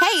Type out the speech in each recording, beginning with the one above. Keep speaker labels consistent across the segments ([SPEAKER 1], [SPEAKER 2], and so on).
[SPEAKER 1] Hey,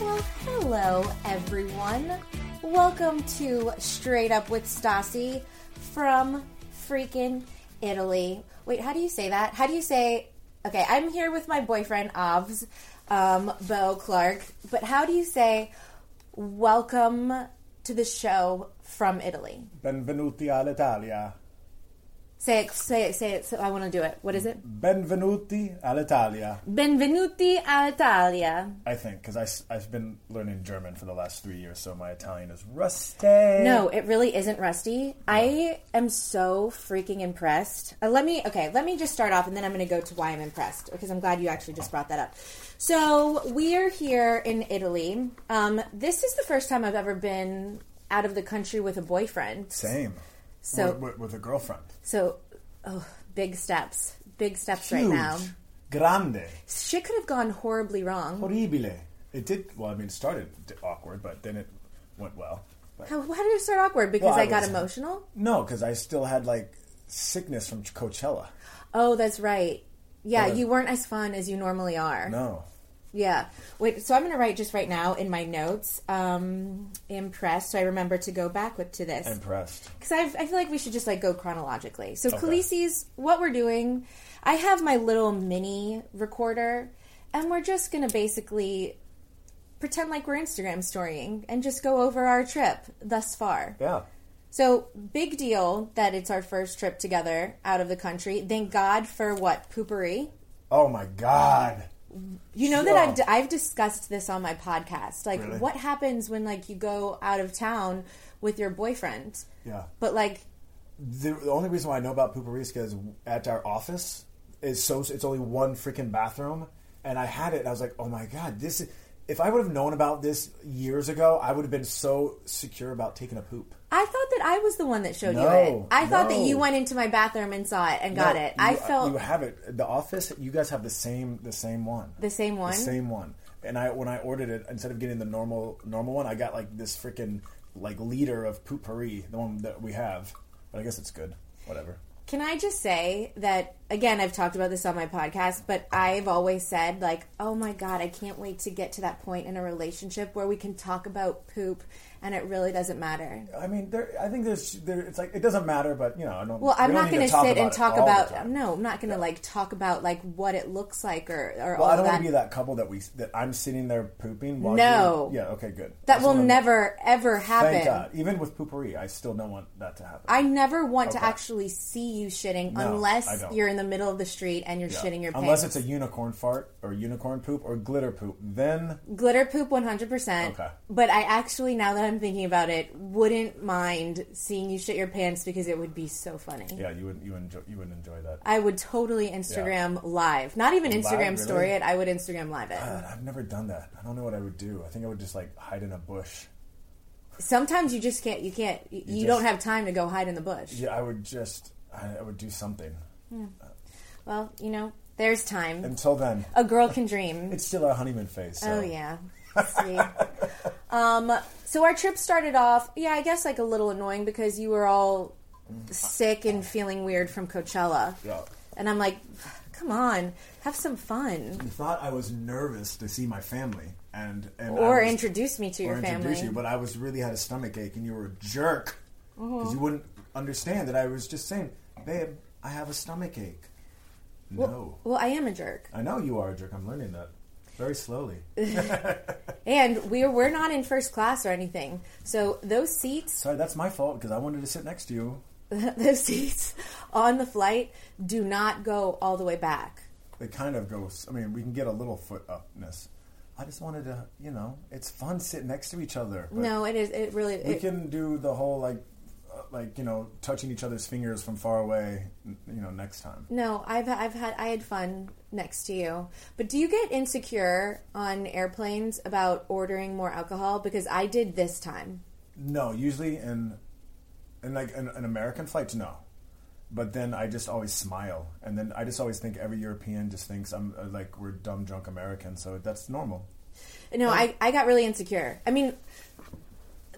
[SPEAKER 2] Well, hello everyone. Welcome to Straight Up with Stassi from freaking Italy. Wait, how do you say that? How do you say? Okay, I'm here with my boyfriend Ovs, um, Bo Clark. But how do you say welcome to the show from Italy?
[SPEAKER 3] Benvenuti all'Italia.
[SPEAKER 2] Say it, say it, say it. So I want to do it. What is it?
[SPEAKER 3] Benvenuti all'Italia,
[SPEAKER 2] Benvenuti all'Italia.
[SPEAKER 3] I think, because I've been learning German for the last three years, so my Italian is rusty.
[SPEAKER 2] No, Oh, it really isn't rusty. I am so freaking impressed. Uh, let me okay, let me just start off and then I'm going to go to why I'm impressed because I'm glad you actually just brought that up. So, we are here in Italy. Um, this is the first time I've ever been out of the country with a boyfriend.
[SPEAKER 3] Same.
[SPEAKER 2] So-
[SPEAKER 3] With- with, with a girlfriend.
[SPEAKER 2] So, oh, big steps. Big steps right
[SPEAKER 3] Huge.
[SPEAKER 2] now.
[SPEAKER 3] Grande.
[SPEAKER 2] Shit could have gone horribly wrong.
[SPEAKER 3] Horribile. It did, well, I mean, it started d- awkward, but then it went well. But,
[SPEAKER 2] How, how did it start awkward because
[SPEAKER 3] Well, I
[SPEAKER 2] Oh, I got
[SPEAKER 3] was-
[SPEAKER 2] emotional?
[SPEAKER 3] no, because I still had, like, sickness from Ch- Coachella.
[SPEAKER 2] Oh, that's right. Yeah,
[SPEAKER 3] Well,
[SPEAKER 2] you weren't as fun as you normally are.
[SPEAKER 3] No.
[SPEAKER 2] Yeah. Wait, so I'm going to write just right now in my notes, um, impressed, so I remember to go back with, to this.
[SPEAKER 3] Impressed.
[SPEAKER 2] Because I feel like we should just, like, go chronologically. So Khaleesi's, what we're doing, I have my little mini recorder, and we're just going to basically pretend like we're Instagram storying and just go over our trip thus far.
[SPEAKER 3] Yeah.
[SPEAKER 2] So, big deal that it's our first trip together out of the country. Thank God for what? Poopery?
[SPEAKER 3] Oh, my God.
[SPEAKER 2] You know that
[SPEAKER 3] Yeah.
[SPEAKER 2] I've, d- I've discussed this on my podcast. Like,
[SPEAKER 3] Really?
[SPEAKER 2] what happens when like you go out of town with your boyfriend?
[SPEAKER 3] Yeah.
[SPEAKER 2] But like,
[SPEAKER 3] The, the only reason why I know about Puparisca is at our office. It's so it's only one freaking bathroom, and I had it. and I was like, oh my god, this. Is, if I would have known about this years ago, I would have been so secure about taking a poop.
[SPEAKER 2] I thought that I was the one that showed you it.
[SPEAKER 3] No,
[SPEAKER 2] I thought that
[SPEAKER 3] no.
[SPEAKER 2] you went into my bathroom and saw it and got
[SPEAKER 3] No,
[SPEAKER 2] it. I
[SPEAKER 3] you-
[SPEAKER 2] felt
[SPEAKER 3] you have it. The office. You guys have the same the same one.
[SPEAKER 2] the same one.
[SPEAKER 3] The same one. And I when I ordered it, instead of getting the normal normal one, I got like this freaking like liter of poopery, the one that we have. But I guess it's good. Whatever.
[SPEAKER 2] Can I just say that again? I've talked about this on my podcast, but I've always said like, "Oh my god, I can't wait to get to that point in a relationship where we can talk about poop and it really doesn't matter."
[SPEAKER 3] I mean, there. I think there's. There, it's like it doesn't matter, but you know, I don't.
[SPEAKER 2] Well, I'm
[SPEAKER 3] we don't
[SPEAKER 2] not
[SPEAKER 3] need
[SPEAKER 2] going to
[SPEAKER 3] talk
[SPEAKER 2] sit and
[SPEAKER 3] it
[SPEAKER 2] talk
[SPEAKER 3] all the
[SPEAKER 2] about.
[SPEAKER 3] time.
[SPEAKER 2] No, I'm not going to like talk about like what it looks like or or
[SPEAKER 3] Well,
[SPEAKER 2] all
[SPEAKER 3] I don't
[SPEAKER 2] that.
[SPEAKER 3] want to be that couple that we that I'm sitting there pooping. While
[SPEAKER 2] No.
[SPEAKER 3] you're- yeah. Okay. Good.
[SPEAKER 2] That
[SPEAKER 3] That's
[SPEAKER 2] will
[SPEAKER 3] what I'm-
[SPEAKER 2] never ever
[SPEAKER 3] Thank
[SPEAKER 2] happen.
[SPEAKER 3] God. Even with poopery, I still don't want that to happen.
[SPEAKER 2] I never want to
[SPEAKER 3] Okay.
[SPEAKER 2] actually see you shitting
[SPEAKER 3] No, I
[SPEAKER 2] unless
[SPEAKER 3] don't.
[SPEAKER 2] you're in the middle of the street and you're
[SPEAKER 3] Yeah.
[SPEAKER 2] shitting your
[SPEAKER 3] unless
[SPEAKER 2] pants.
[SPEAKER 3] it's a unicorn fart or unicorn poop or glitter poop. Then
[SPEAKER 2] glitter poop 100%.
[SPEAKER 3] Okay.
[SPEAKER 2] But I actually now that I'm thinking about it wouldn't mind seeing you shit your pants because it would be so funny.
[SPEAKER 3] yeah, you would you enjoy you would enjoy that.
[SPEAKER 2] I would totally Instagram live. Not even Instagram
[SPEAKER 3] really? Uh.
[SPEAKER 2] story it. I would Instagram live it.
[SPEAKER 3] God, I've never done that. I don't know what I would do. I think I would just like hide in a bush.
[SPEAKER 2] Sometimes you just can't. You can't. You, you
[SPEAKER 3] just-
[SPEAKER 2] don't have time to go hide in the bush.
[SPEAKER 3] Yeah, I would just I, I would do something.
[SPEAKER 2] Well, you know, there's time. Oh.
[SPEAKER 3] Until then,
[SPEAKER 2] A girl can dream.
[SPEAKER 3] Oh. it's still our honeymoon phase. So.
[SPEAKER 2] Oh yeah. Oh, See. Um, so our trip started off, yeah, I guess like a little annoying because you were all sick and feeling weird from Coachella.
[SPEAKER 3] Yeah.
[SPEAKER 2] And I'm like, come on, have some fun.
[SPEAKER 3] thought I was nervous to see my family and, and
[SPEAKER 2] Or
[SPEAKER 3] I was-
[SPEAKER 2] introduce me to your
[SPEAKER 3] or introduce
[SPEAKER 2] family.
[SPEAKER 3] you, but I was really had a stomach ache and you were a jerk
[SPEAKER 2] Mm-hmm.
[SPEAKER 3] because you wouldn't understand that I was just saying, babe, I have a stomach ache. No,
[SPEAKER 2] Well, I am a jerk.
[SPEAKER 3] I know you are a jerk. I'm learning that very slowly.
[SPEAKER 2] And we're, we're not in first class or anything. So those seats,
[SPEAKER 3] Sorry, that's my fault because I wanted to sit next to you.
[SPEAKER 2] those seats on the flight do not go all the way back.
[SPEAKER 3] They kind of go. I mean, we can get a little foot upness. I just wanted to, you know, it's fun sitting next to each other. but
[SPEAKER 2] No, it is, it really,
[SPEAKER 3] we
[SPEAKER 2] it,
[SPEAKER 3] can do the whole like, uh, like you know, touching each other's fingers from far away. n- You know, next time.
[SPEAKER 2] No, I've I've had I had fun next to you. But do you get insecure on airplanes about ordering more alcohol because I did this time.
[SPEAKER 3] No, usually in, in like an, an American flight, no. But then I just always smile, and then I just always think every European just thinks I'm uh, like we're dumb drunk Americans, so that's normal.
[SPEAKER 2] No, I I got really insecure. I mean,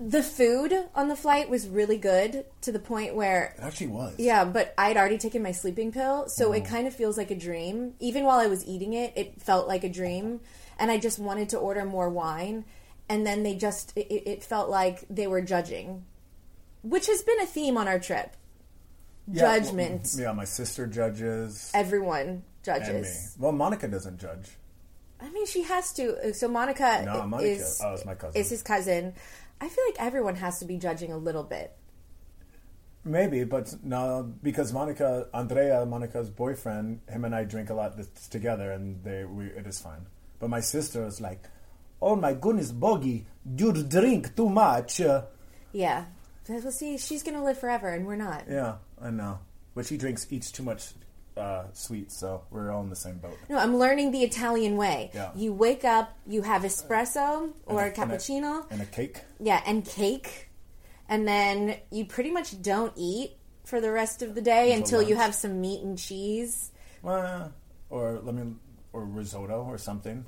[SPEAKER 2] the food on the flight was really good to the point where
[SPEAKER 3] It actually was.
[SPEAKER 2] yeah, but I had already taken my sleeping pill, so
[SPEAKER 3] Oh.
[SPEAKER 2] it kind of feels like a dream. Even while I was eating it, it felt like a dream, and I just wanted to order more wine. And then they just it, it it felt like they were judging, which has been a theme on our trip.
[SPEAKER 3] Yeah,
[SPEAKER 2] judgment.
[SPEAKER 3] well, yeah, my sister judges.
[SPEAKER 2] everyone
[SPEAKER 3] and me.
[SPEAKER 2] judges.
[SPEAKER 3] Well, Monica doesn't judge.
[SPEAKER 2] I mean, she has to. Uh, So Monica,
[SPEAKER 3] No,
[SPEAKER 2] i-
[SPEAKER 3] Monica.
[SPEAKER 2] is
[SPEAKER 3] Oh, it's my cousin.
[SPEAKER 2] is his cousin. I feel like everyone has to be judging a little bit.
[SPEAKER 3] Maybe, but no, because Monica, Andrea, Monica's boyfriend, him and I drink a lot th- together, and they, we, it is fine. But my sister is like, "Oh my goodness, Boggy, you drink too much." Uh,
[SPEAKER 2] Yeah. Well, see, she's gonna live forever, and we're not.
[SPEAKER 3] yeah, I know, but she drinks each too much uh, sweet, so we're all in the same boat.
[SPEAKER 2] No, I'm learning the Italian way.
[SPEAKER 3] Yeah.
[SPEAKER 2] You wake up, you have espresso or a cappuccino,
[SPEAKER 3] and a cake.
[SPEAKER 2] yeah, and cake, and then you pretty much don't eat for the rest of the day until, you
[SPEAKER 3] lunch.
[SPEAKER 2] have some meat and cheese.
[SPEAKER 3] Well, or let me, or risotto or something,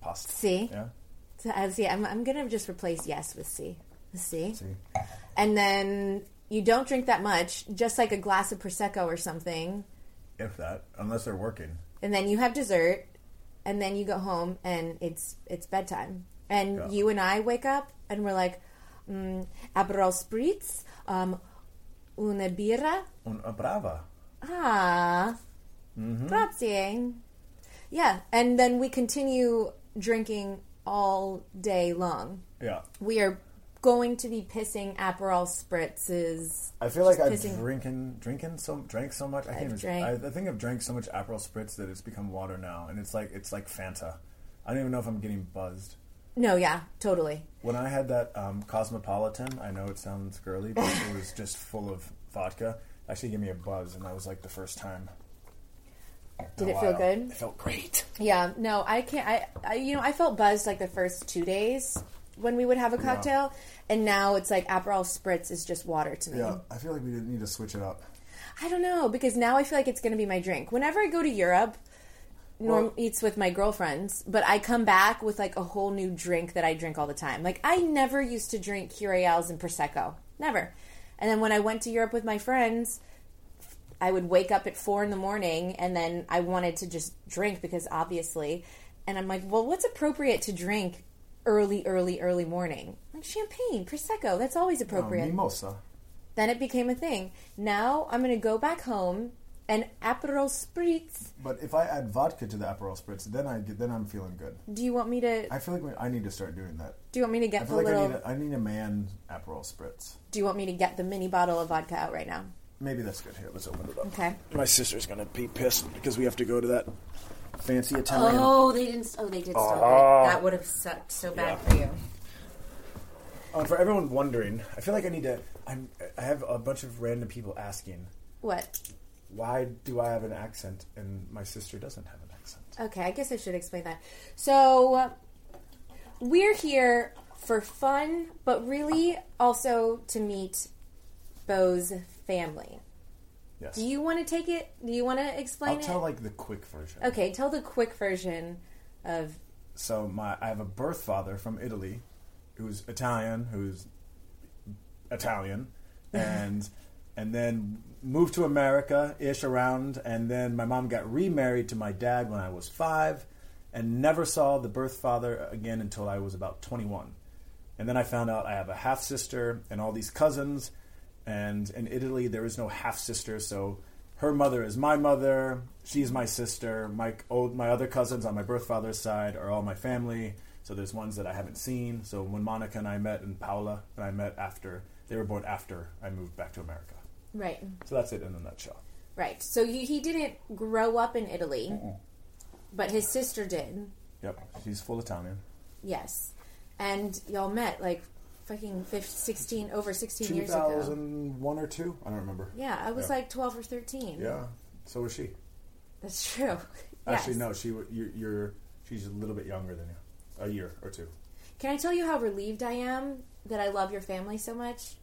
[SPEAKER 3] pasta.
[SPEAKER 2] See?
[SPEAKER 3] Yeah.
[SPEAKER 2] So, uh, see, I'm, I'm gonna just replace yes with C. C.
[SPEAKER 3] See.
[SPEAKER 2] and then you don't drink that much, just like a glass of prosecco or something,
[SPEAKER 3] If that, unless they're working.
[SPEAKER 2] and then you have dessert, and then you go home and it's it's bedtime, and
[SPEAKER 3] Yeah.
[SPEAKER 2] you and I wake up and we're like, mm, Aperol spritz, um, una birra,
[SPEAKER 3] Un a brava.
[SPEAKER 2] ah, grazie, yeah, and then we continue drinking all day long.
[SPEAKER 3] Yeah.
[SPEAKER 2] We are going to be pissing Aperol spritzes.
[SPEAKER 3] I feel like I've
[SPEAKER 2] pissing-
[SPEAKER 3] drinking, drinking so, drank so much. I can't even,
[SPEAKER 2] drank-
[SPEAKER 3] I, I think I've drank so much Aperol Spritz that it's become water now, and it's like it's like Fanta. I don't even know if I'm getting buzzed.
[SPEAKER 2] No, yeah, totally.
[SPEAKER 3] When I had that um, Cosmopolitan, I know it sounds girly, but it was just full of vodka. Actually, gave me a buzz, and that was like the first time. in
[SPEAKER 2] Did
[SPEAKER 3] a
[SPEAKER 2] it feel
[SPEAKER 3] while.
[SPEAKER 2] good?
[SPEAKER 3] It felt great.
[SPEAKER 2] Yeah, no, I can't. I, I, you know, I felt buzzed like the first two days when we would have a cocktail, and now it's like Aperol Spritz is just water to me.
[SPEAKER 3] Yeah, I feel like we didn't need to switch it up.
[SPEAKER 2] I don't know because now I feel like it's going to be my drink. Whenever I go to Europe, norm
[SPEAKER 3] Well-
[SPEAKER 2] eats with my girlfriends, but I come back with like a whole new drink that I drink all the time. Like I never used to drink Curiels and prosecco, never. And then when I went to Europe with my friends, I would wake up at four in the morning, and then I wanted to just drink because obviously. And I'm like, well, what's appropriate to drink early, early, early morning? Like champagne, prosecco. That's always
[SPEAKER 3] Um,
[SPEAKER 2] appropriate.
[SPEAKER 3] mimosa.
[SPEAKER 2] Then it became a thing. Now I'm going to go back home and Aperol Spritz.
[SPEAKER 3] But if I add vodka to the Aperol Spritz, then I get, then I'm feeling good.
[SPEAKER 2] Do you want me to?
[SPEAKER 3] I feel like we, I need to start doing that.
[SPEAKER 2] Do you want me to
[SPEAKER 3] I
[SPEAKER 2] get the
[SPEAKER 3] feel like
[SPEAKER 2] little?
[SPEAKER 3] I need a, I need a man Aperol Spritz.
[SPEAKER 2] Do you want me to get the mini bottle of vodka out right now?
[SPEAKER 3] Maybe that's good. Here, let's open it up.
[SPEAKER 2] Okay.
[SPEAKER 3] My sister's gonna be pissed because we have to go to that fancy Italian.
[SPEAKER 2] they didn't. Oh, they did
[SPEAKER 3] Uh-huh.
[SPEAKER 2] stop it. That would have sucked so bad for you.
[SPEAKER 3] Uh, for everyone wondering, I feel like I need to. I'm, I have a bunch of random people asking,
[SPEAKER 2] What?
[SPEAKER 3] why do I have an accent and my sister doesn't have an accent?
[SPEAKER 2] Okay, I guess I should explain that. So uh, we're here for fun, but really also to meet Bo's family.
[SPEAKER 3] Yes.
[SPEAKER 2] Do you want to take it? Do you want to explain
[SPEAKER 3] I'll
[SPEAKER 2] it?
[SPEAKER 3] tell like the quick version.
[SPEAKER 2] Okay, tell the quick version of
[SPEAKER 3] So my I have a birth father from Italy, who's Italian, who's Italian, and and then moved to America ish around, and then my mom got remarried to my dad when I was five, and never saw the birth father again until I was about twenty one, and then I found out I have a half sister and all these cousins, and in Italy there is no half sister, so her mother is my mother, she's my sister, my old my other cousins on my birth father's side are all my family. So there's ones that I haven't seen. So when Monica and I met and Paula and I met after they were born after I moved back to America.
[SPEAKER 2] Right.
[SPEAKER 3] So that's it in a nutshell.
[SPEAKER 2] Right. So you, he didn't grow up in Italy, but his sister did.
[SPEAKER 3] Yep, she's full Italian.
[SPEAKER 2] Yes. And y'all met like fucking 15, 16, over 16
[SPEAKER 3] Two
[SPEAKER 2] years ago.
[SPEAKER 3] thousand one or two? I don't remember.
[SPEAKER 2] Yeah, I was
[SPEAKER 3] Yeah.
[SPEAKER 2] like 12 or 13.
[SPEAKER 3] Yeah. So was she?
[SPEAKER 2] That's true. yes.
[SPEAKER 3] Actually, no. She wa- you, you're she's a little bit younger than you, a year or two.
[SPEAKER 2] Can I tell you how relieved I am that I love your family so much?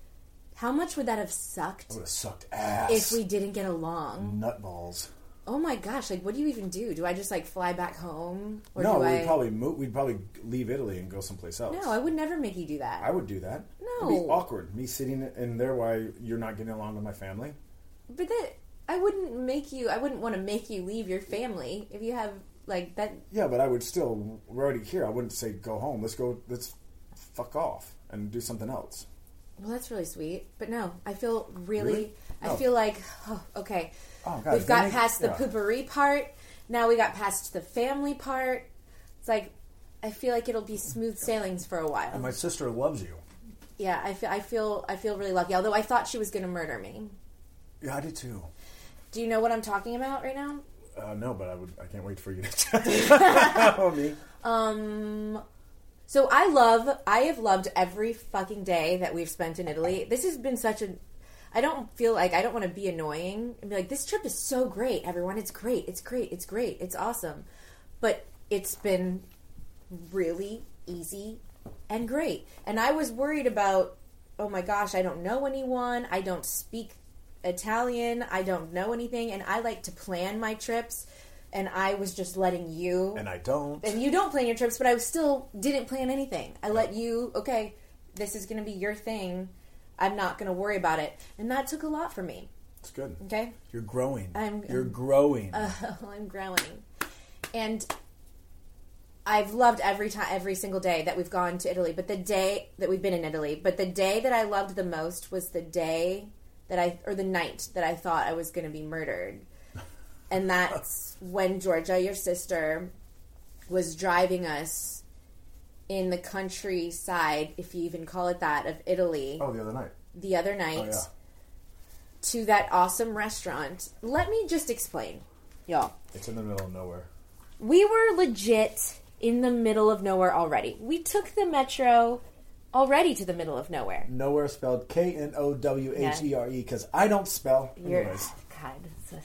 [SPEAKER 2] How much would that have sucked
[SPEAKER 3] Would have sucked ass.
[SPEAKER 2] if we didn't get
[SPEAKER 3] Mm-hmm.
[SPEAKER 2] along?
[SPEAKER 3] nutballs.
[SPEAKER 2] Oh my gosh, like what do you even do? Do I just like fly back home? Or
[SPEAKER 3] No,
[SPEAKER 2] do
[SPEAKER 3] we'd
[SPEAKER 2] I
[SPEAKER 3] probably move. We'd probably leave Italy and go someplace else.
[SPEAKER 2] No, I would never make you do that.
[SPEAKER 3] I would do that.
[SPEAKER 2] No.
[SPEAKER 3] It'd be awkward. Me sitting in there while you're not getting along with my family.
[SPEAKER 2] But that I wouldn't make you I wouldn't want to make you leave your family if you have like that
[SPEAKER 3] Yeah, but I would still. We're already here. I wouldn't say go home. Let's go. Let's fuck off and do something else.
[SPEAKER 2] Well, that's really sweet. But no, I feel really,
[SPEAKER 3] Really?
[SPEAKER 2] I
[SPEAKER 3] No.
[SPEAKER 2] feel like, oh, okay.
[SPEAKER 3] Oh, God,
[SPEAKER 2] We've
[SPEAKER 3] if
[SPEAKER 2] got
[SPEAKER 3] they make-
[SPEAKER 2] past the
[SPEAKER 3] yeah.
[SPEAKER 2] poopery part. Now we got past the family part. It's like, I feel like it'll be smooth sailings for a while.
[SPEAKER 3] My sister loves you.
[SPEAKER 2] yeah, I feel, I feel, I feel really lucky. Although I thought she was going to murder me.
[SPEAKER 3] Yeah, I do too.
[SPEAKER 2] Do you know what I'm talking about right now?
[SPEAKER 3] Uh, no, but I would. I can't wait for you to tell me.
[SPEAKER 2] So I love, I have loved every fucking day that we've spent in Italy. This has been such a, I don't feel like, I don't want to be annoying and be like, this trip is so great, everyone. It's great, it's great, it's great, it's awesome. But it's been really easy and great. And I was worried about, oh my gosh, I don't know anyone. I don't speak Italian. I don't know anything. And I like to plan my trips. And I was just letting you
[SPEAKER 3] And I don't.
[SPEAKER 2] and you don't plan your trips, but I still didn't plan anything. I let you, okay, this is going to be your thing. I'm not going to worry about it. And that took a lot for me.
[SPEAKER 3] It's good.
[SPEAKER 2] Okay.
[SPEAKER 3] You're growing.
[SPEAKER 2] I'm- Uh-huh.
[SPEAKER 3] You're growing.
[SPEAKER 2] I'm growling. And I've loved every time, every single day that we've gone to Italy, but the day that we've been in Italy, but the day that I loved the most was the day that I, or the night that I thought I was going to be murdered. And that's when Georgia, your sister, was driving us in the countryside, if you even call it that, of Italy
[SPEAKER 3] oh, the other night.
[SPEAKER 2] the other
[SPEAKER 3] Oh
[SPEAKER 2] night
[SPEAKER 3] yeah.
[SPEAKER 2] to that awesome restaurant. Let me just explain, y'all.
[SPEAKER 3] It's in the middle of nowhere.
[SPEAKER 2] we were legit in the middle of nowhere already. We took the metro already to the middle of nowhere.
[SPEAKER 3] Nowhere spelled K N O W H E R E because I don't spell.
[SPEAKER 2] You're,
[SPEAKER 3] Anyways,
[SPEAKER 2] God, it's a-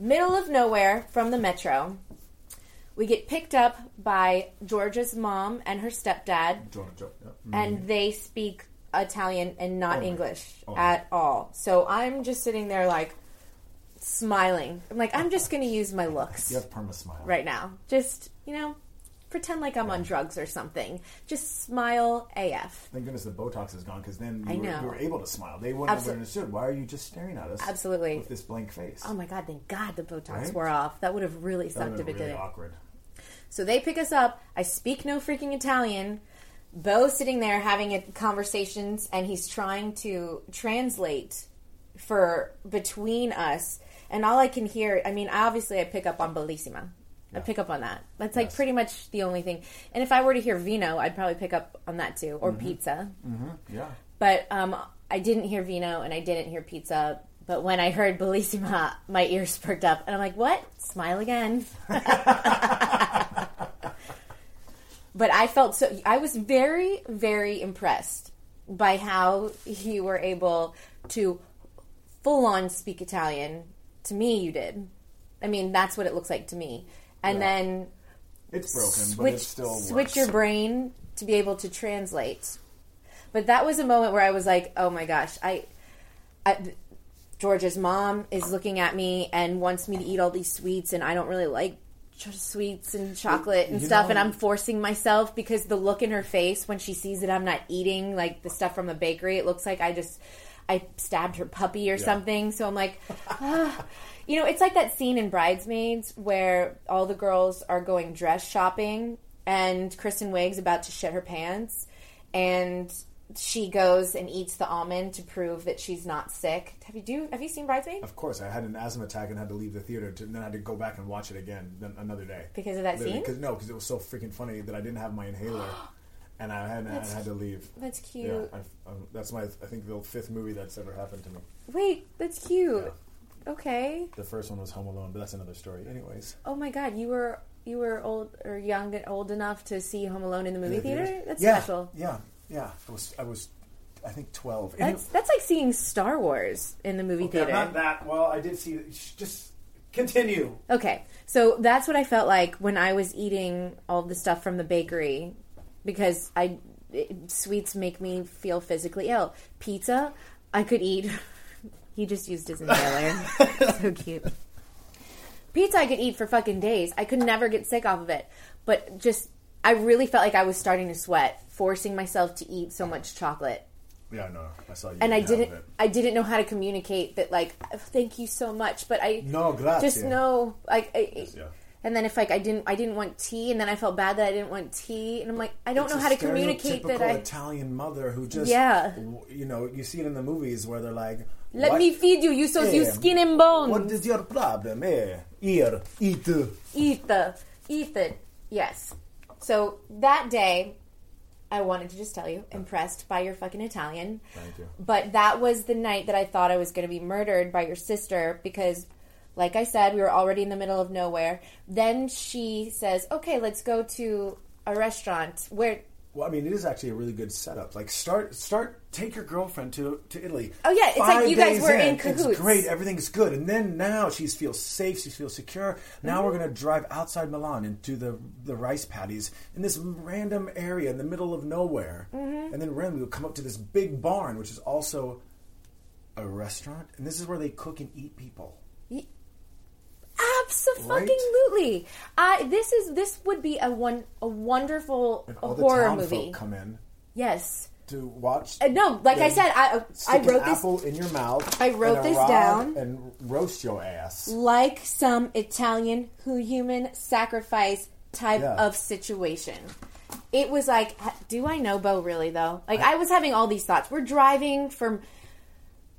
[SPEAKER 2] middle of nowhere from the metro. We get picked up by Georgia's mom and her stepdad,
[SPEAKER 3] do you want to joke? Yeah.
[SPEAKER 2] and they speak Italian and not English
[SPEAKER 3] Oh.
[SPEAKER 2] at all. So I'm just sitting there like smiling. I'm like, I'm just going to use my looks.
[SPEAKER 3] You have perma smile.
[SPEAKER 2] right now. Just, you know, pretend like I'm on drugs or something. Just smile AF.
[SPEAKER 3] Thank goodness the Botox is gone because then you,
[SPEAKER 2] I
[SPEAKER 3] were,
[SPEAKER 2] know.
[SPEAKER 3] you were able to smile. They wouldn't
[SPEAKER 2] Absol-
[SPEAKER 3] have understood. Why are you just staring at us?
[SPEAKER 2] Absolutely.
[SPEAKER 3] With this blank face.
[SPEAKER 2] Oh my god, thank God the Botox
[SPEAKER 3] Right?
[SPEAKER 2] wore off. That would have really
[SPEAKER 3] that
[SPEAKER 2] sucked if
[SPEAKER 3] would
[SPEAKER 2] it
[SPEAKER 3] have been really
[SPEAKER 2] didn't.
[SPEAKER 3] awkward.
[SPEAKER 2] So they pick us up. I speak no freaking Italian. Bo sitting there having a, conversations, and he's trying to translate for between us. And all I can hear, I mean, obviously, I pick up on bellissima. I pick up on that. That's like pretty much the only thing. And if I were to hear vino, I'd probably pick up on that too,
[SPEAKER 3] Mm-hmm.
[SPEAKER 2] or pizza.
[SPEAKER 3] Yeah.
[SPEAKER 2] But um, I didn't hear vino and I didn't hear pizza. But when I heard Bellissima, my ears perked up, and I'm like, "What? Smile again." but I felt so. I was very, very impressed by how you were able to full on speak Italian. To me, you did. I mean, that's what it looks like to me. And then
[SPEAKER 3] It's broken, but it
[SPEAKER 2] switch
[SPEAKER 3] still works.
[SPEAKER 2] switch your brain to be able to translate. But that was a moment where I was like, "Oh my gosh!" I, I George's mom is looking at me and wants me to eat all these sweets, and I don't really like ch- sweets and chocolate and stuff, and I'm forcing myself because the look in her face when she sees that I'm not eating like the stuff from a bakery, it looks like I just I stabbed her puppy or something. So I'm like, ah. you know, it's like that scene in Bridesmaids where all the girls are going dress shopping, and Kristen Wiig's about to shit her pants, and she goes and eats the almond to prove that she's not sick. Have you do? Have you seen Bridesmaids?
[SPEAKER 3] Of course, I had an asthma attack and had to leave the theater, to, and then I had to go back and watch it again then another day
[SPEAKER 2] Because of that
[SPEAKER 3] Literally,
[SPEAKER 2] scene?
[SPEAKER 3] 'cause- no, because it was so freaking funny that I didn't have my inhaler, and I had I had to leave.
[SPEAKER 2] that's cute.
[SPEAKER 3] Yeah, I, I, that's my I think the fifth movie that's ever happened to me.
[SPEAKER 2] Wait, that's cute. Okay.
[SPEAKER 3] The first one was Home Alone, but that's another story. Anyways,
[SPEAKER 2] Oh my God, you were you were old or young and old enough to see Home Alone in the movie theater. That's
[SPEAKER 3] yeah,
[SPEAKER 2] special.
[SPEAKER 3] Yeah, yeah. I was I was I think twelve. And
[SPEAKER 2] That's that's like seeing Star Wars in the movie
[SPEAKER 3] it-
[SPEAKER 2] theater.
[SPEAKER 3] not that. Well, I did see. sh- Just continue.
[SPEAKER 2] Okay, so that's what I felt like when I was eating all the stuff from the bakery because I it, sweets make me feel physically ill. Pizza, I could eat. he just used his inhaler. so cute. Pizza, I could eat for fucking days. I could never get sick off of it. But just, I really felt like I was starting to sweat, forcing myself to eat so much chocolate
[SPEAKER 3] Yeah, no, I saw you.
[SPEAKER 2] and I
[SPEAKER 3] eat half of
[SPEAKER 2] didn't
[SPEAKER 3] it.
[SPEAKER 2] I didn't know how to communicate that like "Oh, thank you so much but I
[SPEAKER 3] No, grazie.
[SPEAKER 2] just know like I,
[SPEAKER 3] yeah.
[SPEAKER 2] and then if like I didn't I didn't want tea and then I felt bad that I didn't want tea and I'm like I don't know
[SPEAKER 3] It's
[SPEAKER 2] how
[SPEAKER 3] a
[SPEAKER 2] to communicate that
[SPEAKER 3] stereotypical
[SPEAKER 2] I
[SPEAKER 3] Italian mother who just
[SPEAKER 2] Yeah.
[SPEAKER 3] w- you know you see it in the movies where they're like
[SPEAKER 2] let
[SPEAKER 3] "What-
[SPEAKER 2] me feed you you so you
[SPEAKER 3] Yeah.
[SPEAKER 2] skin and bone
[SPEAKER 3] What is your problem? Eh? Here, eat.
[SPEAKER 2] eat the eat it yes so that day I wanted to just tell you impressed by your fucking Italian
[SPEAKER 3] Thank you.
[SPEAKER 2] But that was the night that I thought I was going to be murdered by your sister because, like I said, we were already in the middle of nowhere. Then she says, okay, let's go to a restaurant where.
[SPEAKER 3] Well, I mean, it is actually a really good setup. Like, start, start, take your girlfriend to to Italy.
[SPEAKER 2] Oh, yeah, it's like you guys
[SPEAKER 3] days
[SPEAKER 2] were in
[SPEAKER 3] It's
[SPEAKER 2] cahoots.
[SPEAKER 3] great, everything's good, and then now she feels safe, she feels secure.
[SPEAKER 2] Mm-hmm.
[SPEAKER 3] Now we're gonna drive outside Milan into the the rice paddies in this random area in the middle of nowhere,
[SPEAKER 2] Mm-hmm.
[SPEAKER 3] and then randomly we'll come up to this big barn, which is also a restaurant, and this is where they cook and eat people.
[SPEAKER 2] Absolutely. I this is this would be a one a wonderful
[SPEAKER 3] And all the
[SPEAKER 2] horror
[SPEAKER 3] town
[SPEAKER 2] movie.
[SPEAKER 3] folk come in
[SPEAKER 2] Yes.
[SPEAKER 3] to watch.
[SPEAKER 2] Uh, no, like I
[SPEAKER 3] them
[SPEAKER 2] said, I- I
[SPEAKER 3] stick
[SPEAKER 2] wrote
[SPEAKER 3] an
[SPEAKER 2] this-
[SPEAKER 3] apple in your mouth.
[SPEAKER 2] I wrote
[SPEAKER 3] and a
[SPEAKER 2] this
[SPEAKER 3] rod
[SPEAKER 2] down.
[SPEAKER 3] and roast your ass.
[SPEAKER 2] Like some Italian who human sacrifice type
[SPEAKER 3] Yeah.
[SPEAKER 2] of situation. It was like, h- do I know Bo really though? Like I was having all these thoughts. We're driving from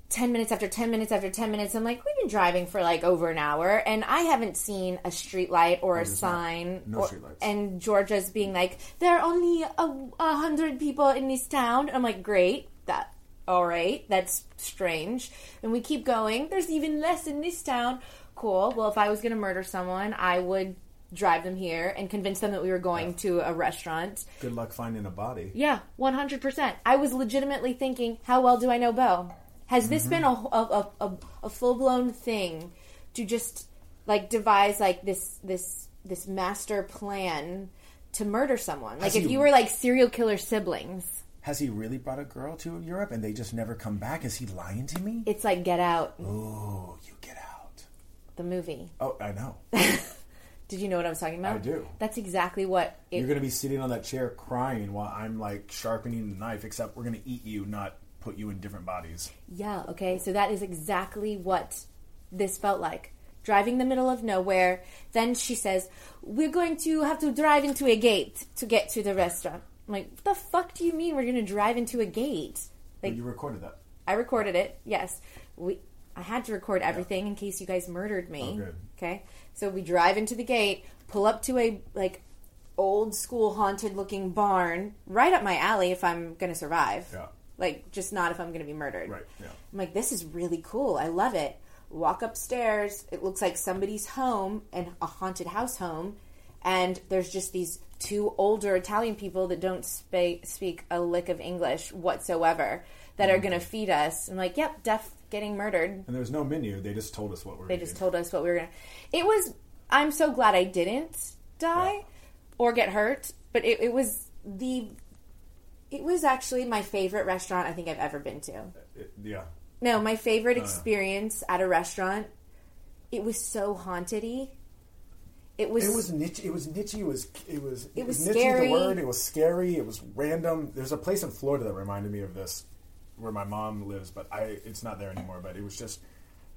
[SPEAKER 2] 10 minutes after 10 minutes after 10 minutes i'm like we've been driving for like over an hour and i haven't seen a street light or a sign
[SPEAKER 3] no
[SPEAKER 2] or-
[SPEAKER 3] streetlights.
[SPEAKER 2] and georgia's being like there are only a, a hundred people in this town i'm like great that all right that's strange and we keep going there's even less in this town cool well if i was going to murder someone i would drive them here and convince them that we were going to a restaurant
[SPEAKER 3] Good luck finding a body.
[SPEAKER 2] yeah, one hundred percent. I was legitimately thinking, how well do I know Bo? Has this
[SPEAKER 3] Mm-hmm.
[SPEAKER 2] been a a, a, full blown thing to just like devise like this this this master plan to murder someone? Like
[SPEAKER 3] Has
[SPEAKER 2] if
[SPEAKER 3] he-
[SPEAKER 2] you were like serial killer siblings,
[SPEAKER 3] Has he really brought a girl to Europe and they just never come back? Is he lying to me?
[SPEAKER 2] it's like Get Out,
[SPEAKER 3] Oh, you get out.
[SPEAKER 2] the movie.
[SPEAKER 3] Oh, I know.
[SPEAKER 2] Did you know what I was talking about?
[SPEAKER 3] I do.
[SPEAKER 2] That's exactly what it
[SPEAKER 3] You're going to be sitting on that chair crying while I'm like sharpening the knife, except we're going to eat you, not put you in different bodies.
[SPEAKER 2] Yeah, okay. So that is exactly what this felt like. Driving the middle of nowhere. Then she says, We're going to have to drive into a gate to get to the restaurant. I'm like, What the fuck do you mean we're going to drive into a gate? Like,
[SPEAKER 3] You recorded that.
[SPEAKER 2] I recorded it. Yes. We I had to record everything in case you guys murdered me.
[SPEAKER 3] Oh, good.
[SPEAKER 2] Okay. So we drive into the gate, pull up to a like old school haunted looking barn, right up my alley if I'm going to survive.
[SPEAKER 3] Yeah.
[SPEAKER 2] Like just not if I'm going to be murdered.
[SPEAKER 3] Right, yeah.
[SPEAKER 2] I'm like this is really cool. I love it. Walk upstairs. It looks like somebody's home and a haunted house home and there's just these two older Italian people that don't spa speak a lick of English whatsoever that are going to feed us. I'm like, yep, deaf getting murdered.
[SPEAKER 3] And there was no menu. They just told us what we're
[SPEAKER 2] They just told us what we were going to. It was, I'm so glad I didn't die
[SPEAKER 3] Yeah.
[SPEAKER 2] or get hurt, but it, it was the, it was actually my favorite restaurant I think I've ever been to.
[SPEAKER 3] yeah.
[SPEAKER 2] No, my
[SPEAKER 3] Uh.
[SPEAKER 2] favorite experience at a restaurant. It was so haunted-y. It was,
[SPEAKER 3] It was niche. It was niche. It was it was it
[SPEAKER 2] was
[SPEAKER 3] niche.
[SPEAKER 2] scary.
[SPEAKER 3] The word. It was scary. It was random. There's a place in Florida that reminded me of this, where my mom lives, but I it's not there anymore. But it was just,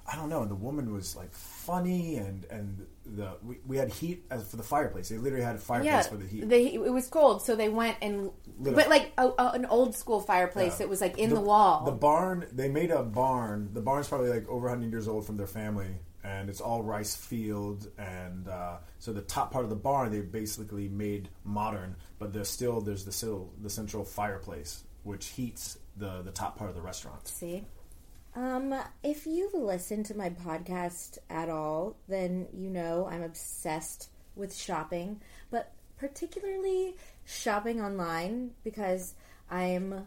[SPEAKER 3] I don't know. And the woman was like funny, and and the we, we had heat as for the fireplace. They literally had a fireplace
[SPEAKER 2] yeah,
[SPEAKER 3] for the heat.
[SPEAKER 2] they- it was cold, so they went and
[SPEAKER 3] Lit
[SPEAKER 2] but
[SPEAKER 3] up.
[SPEAKER 2] like a, a, an old school fireplace that was like in the, wall.
[SPEAKER 3] The barn, they made a barn. The barn's probably like over 100 years old from their family, and it's all rice field. And uh, so the top part of the barn, they basically made modern, but there's still there's the still the central fireplace which heats the the top part of the restaurant.
[SPEAKER 2] See? Um, if you've listened to my podcast at all, then you know I'm obsessed with shopping, but particularly shopping online because I'm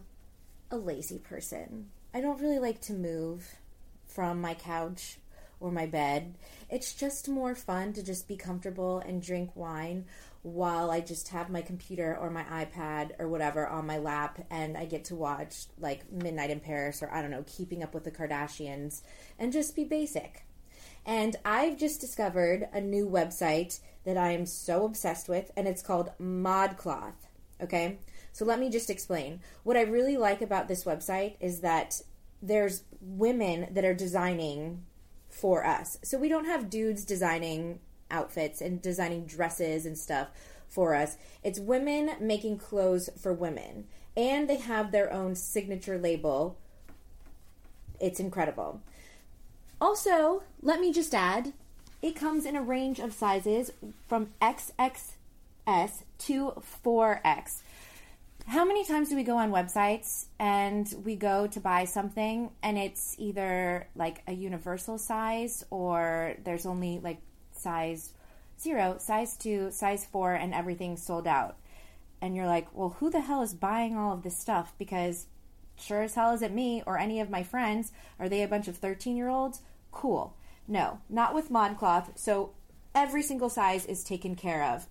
[SPEAKER 2] a lazy person. I don't really like to move from my couch or my bed. It's just more fun to just be comfortable and drink wine while I just have my computer or my iPad or whatever on my lap and I get to watch like Midnight in Paris or I don't know, Keeping Up with the Kardashians and just be basic. And I've just discovered a new website that I am so obsessed with, and it's called ModCloth. Okay? So let me just explain. What I really like about this website is that there's women that are designing for us. So we don't have dudes designing outfits and designing dresses and stuff for us. It's women making clothes for women. And they have their own signature label. It's incredible. Also, let me just add, it comes in a range of sizes from XXS to 4X. How many times do we go on websites and we go to buy something and it's either like a universal size or there's only like size 0, size 2, size 4 and everything's sold out. And you're like, "Well, who the hell is buying all of this stuff?" because sure as hell isn't me or any of my friends. Are they a bunch of 13 year olds? Cool. No, not with ModCloth. So every single size is taken care of.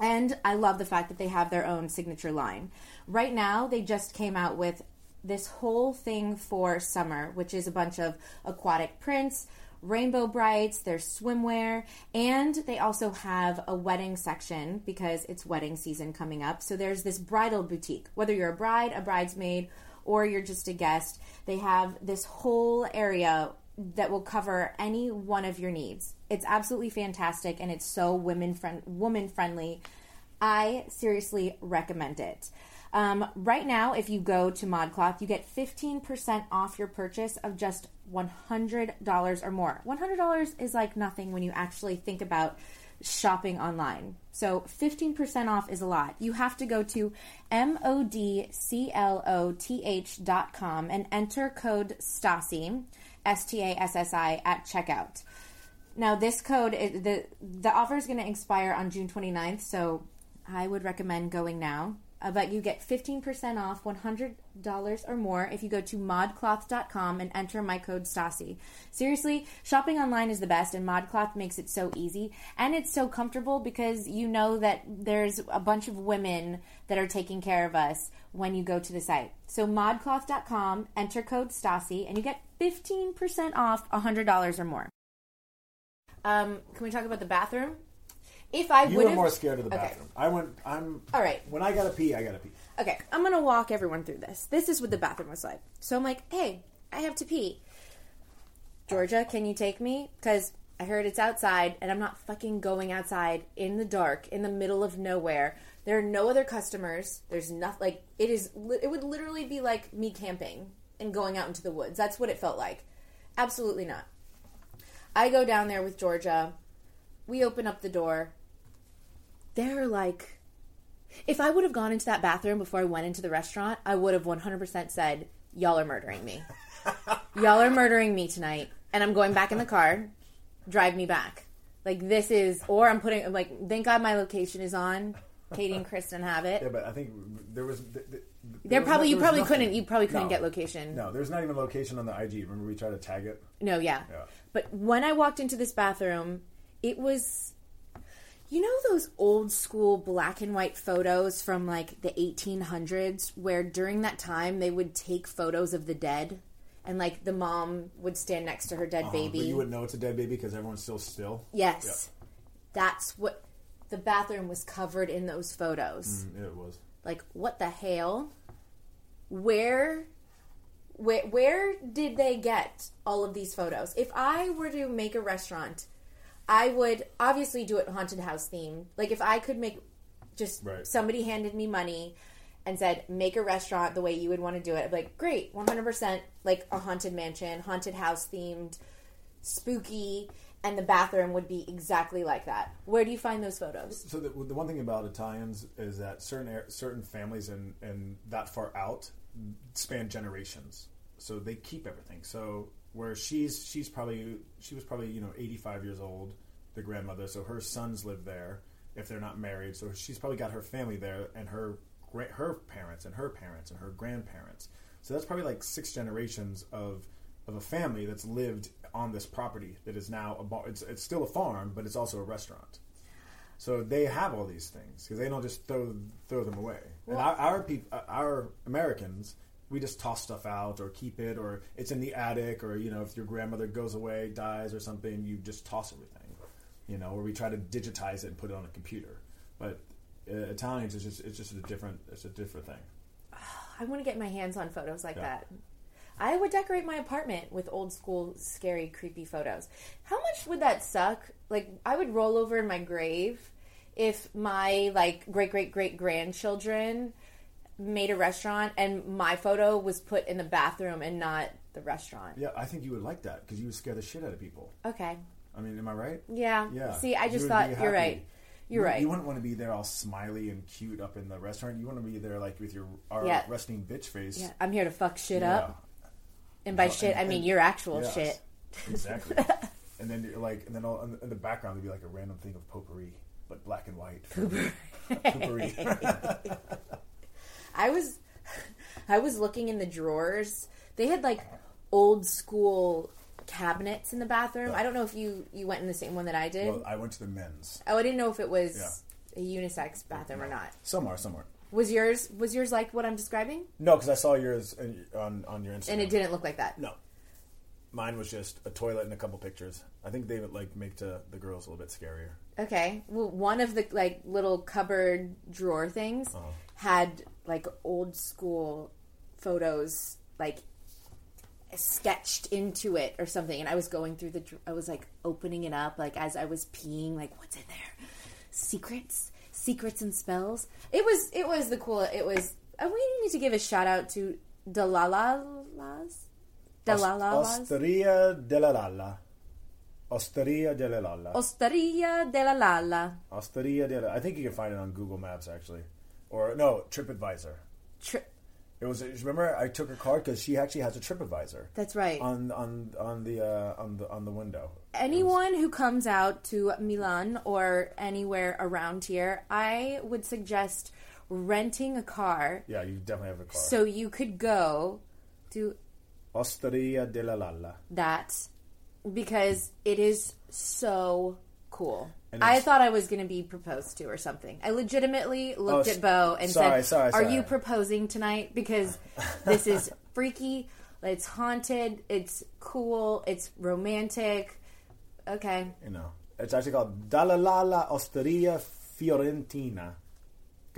[SPEAKER 2] And I love the fact that they have their own signature line. Right now, they just came out with this whole thing for summer, which is a bunch of aquatic prints, rainbow brights, there's swimwear, and they also have a wedding section because it's wedding season coming up. So there's this bridal boutique. Whether you're a bride, a bridesmaid, or you're just a guest, they have this whole area that will cover any one of your needs. It's absolutely fantastic and it's so women friend woman friendly. I seriously recommend it. Um, right now, if you go to ModCloth, you get 15% off your purchase of just $100 or more. $100 is like nothing when you actually think about shopping online. So 15% off is a lot. You have to go to modcloth dot com and enter code STASI, S T A S S I, at checkout. Now, this code, it- the, the offer is going to expire on June 29th, so I would recommend going now. Uh, but you get 15% off $100 or more if you go to modcloth.com and enter my code Stasi. Seriously, shopping online is the best, and ModCloth makes it so easy and it's so comfortable because you know that there's a bunch of women that are taking care of us when you go to the site. So, modcloth.com, enter code Stasi, and you get 15% off $100 or more. Um, can we talk about the bathroom? If I
[SPEAKER 3] You
[SPEAKER 2] would
[SPEAKER 3] were
[SPEAKER 2] have
[SPEAKER 3] more scared of the
[SPEAKER 2] Okay.
[SPEAKER 3] bathroom. I went. I'm
[SPEAKER 2] All right.
[SPEAKER 3] When I gotta pee, I gotta pee.
[SPEAKER 2] Okay, I'm gonna walk everyone through this. This is what the bathroom was like. So I'm like, hey, I have to pee. Georgia, can you take me? Because I heard it's outside, and I'm not fucking going outside in the dark, in the middle of nowhere. There are no other customers. There's nothing. Like it is. li- It would literally be like me camping and going out into the woods. That's what it felt like. Absolutely not. I go down there with Georgia. We open up the door. They're like if I would have gone into that bathroom before I went into the restaurant, I would have 100% said, Y'all are murdering me. Y'all are murdering me tonight. And I'm going back in the car. Drive me back. Like, this is, or I'm putting, I'm like, thank God my location is on. Katie and Kristen have it.
[SPEAKER 3] Yeah, but I think there was. Th- th-
[SPEAKER 2] They're
[SPEAKER 3] there was
[SPEAKER 2] probably-
[SPEAKER 3] no-
[SPEAKER 2] you
[SPEAKER 3] there was
[SPEAKER 2] probably
[SPEAKER 3] nothing.
[SPEAKER 2] couldn't- you probably couldn't get location.
[SPEAKER 3] No, there's not even location on the IG. Remember we tried to tag it.
[SPEAKER 2] No, yeah.
[SPEAKER 3] Yeah.
[SPEAKER 2] But when I walked into this bathroom, it was you know those old school black and white photos from like the 1800s where during that time they would take photos of the dead and like the mom would stand next to her dead
[SPEAKER 3] Uh-huh, Um, But
[SPEAKER 2] baby.
[SPEAKER 3] you would know it's a dead baby because everyone's still still.
[SPEAKER 2] yes. that's what the bathroom was covered in those photos.
[SPEAKER 3] Mm, It was.
[SPEAKER 2] Like, what the hell? Where, where, where did they get all of these photos? If I were to make a restaurant, I would obviously do it haunted house theme. Like, if I could make just
[SPEAKER 3] Right.
[SPEAKER 2] somebody handed me money and said, make a restaurant the way you would want to do it, I'd be like, great, 100%, like a haunted mansion, haunted house themed, spooky, and the bathroom would be exactly like that. Where do you find those photos?
[SPEAKER 3] So the, the one thing about Italians is that certain ar- certain families and and that far out span generations, so they keep everything. So where she's she's probably she was probably you know eighty five years old, the grandmother. So her sons live there if they're not married. So she's probably got her family there and her gra- her parents and her parents and her grandparents. So that's probably like six generations of of a family that's lived on this property that is now a bar. It's, it's still a farm, but it's also a restaurant. So they have all these things because they don't just throw throw them away. and our our, peop- uh, our Americans, we just toss stuff out or keep it or it's in the attic or you know if your grandmother goes away, dies or something, you just toss everything, you know, or we try to digitize it and put it on a computer. But uh, Italians, it's just it's just a different it's a different thing.
[SPEAKER 2] I want to get my hands on photos like that. I would decorate my apartment with old school, scary, creepy photos. How much would that suck? Like, I would roll over in my grave if my like great great great grandchildren made a restaurant and my photo was put in the bathroom and not the restaurant.
[SPEAKER 3] Yeah, I think you would like that because you would scare the shit out of people.
[SPEAKER 2] Okay.
[SPEAKER 3] I mean, am I right?
[SPEAKER 2] Yeah.
[SPEAKER 3] Yeah.
[SPEAKER 2] See, I
[SPEAKER 3] You
[SPEAKER 2] just
[SPEAKER 3] would
[SPEAKER 2] thought
[SPEAKER 3] be
[SPEAKER 2] you're
[SPEAKER 3] happy.
[SPEAKER 2] right. You're
[SPEAKER 3] you,
[SPEAKER 2] right.
[SPEAKER 3] You wouldn't want to be there all smiley and cute up in the restaurant. You want to be there like with your our
[SPEAKER 2] Yeah.
[SPEAKER 3] resting bitch face.
[SPEAKER 2] Yeah, I'm here to fuck shit
[SPEAKER 3] Yeah.
[SPEAKER 2] up. And by shit, I
[SPEAKER 3] and-
[SPEAKER 2] mean
[SPEAKER 3] and-
[SPEAKER 2] your actual
[SPEAKER 3] Yes.
[SPEAKER 2] shit.
[SPEAKER 3] Exactly. and then you're like, and then all, in the background would be like a random thing of potpourri, but black and white. potpourri.
[SPEAKER 2] I was I was looking in the drawers. They had like old school cabinets in the bathroom. I don't know if you you went in the same one that I did.
[SPEAKER 3] well, I went to the men's.
[SPEAKER 2] oh, I didn't know if it was
[SPEAKER 3] Yeah.
[SPEAKER 2] a unisex bathroom or not.
[SPEAKER 3] Some are, some are.
[SPEAKER 2] Was yours was yours like what I'm describing?
[SPEAKER 3] No, because I saw yours in- on on your Instagram.
[SPEAKER 2] And it didn't look like that.
[SPEAKER 3] No. Mine was just a toilet and a couple pictures. I think they would like make the, the girls a little bit scarier.
[SPEAKER 2] Okay. Well, one of the like little cupboard drawer things had like old school photos like sketched into it or something and I was going through the dr- I was like opening it up like as I was peeing like what's in there? Secrets, secrets and spells. It was it was the cool it was uh, we need to give a shout out to Dalalalas. Dalalalas.
[SPEAKER 3] Osteria della Lalla. Osteria della Lalla.
[SPEAKER 2] Osteria della Lalla.
[SPEAKER 3] Osteria della. I think you can find it on Google Maps actually, or no TripAdvisor.
[SPEAKER 2] Tri-
[SPEAKER 3] It was. Remember, I took her card because she actually has a TripAdvisor.
[SPEAKER 2] That's right.
[SPEAKER 3] On on on the uh, on the on the window.
[SPEAKER 2] anyone who comes out to Milan or anywhere around here, I would suggest renting a car
[SPEAKER 3] Yeah, you definitely have a card.
[SPEAKER 2] so you could go to
[SPEAKER 3] Osteria della Lalla.
[SPEAKER 2] that because it is so cool.
[SPEAKER 3] And
[SPEAKER 2] I
[SPEAKER 3] it's-
[SPEAKER 2] thought I was going to be proposed to or something. I legitimately looked
[SPEAKER 3] Oh,
[SPEAKER 2] at Bo and said,
[SPEAKER 3] sorry, sorry,
[SPEAKER 2] "Are
[SPEAKER 3] sorry.
[SPEAKER 2] you proposing tonight? Because this is freaky. It's haunted. It's cool. It's romantic." Okay.
[SPEAKER 3] You know, it's actually called Dalla Lalla Osteria Fiorentina.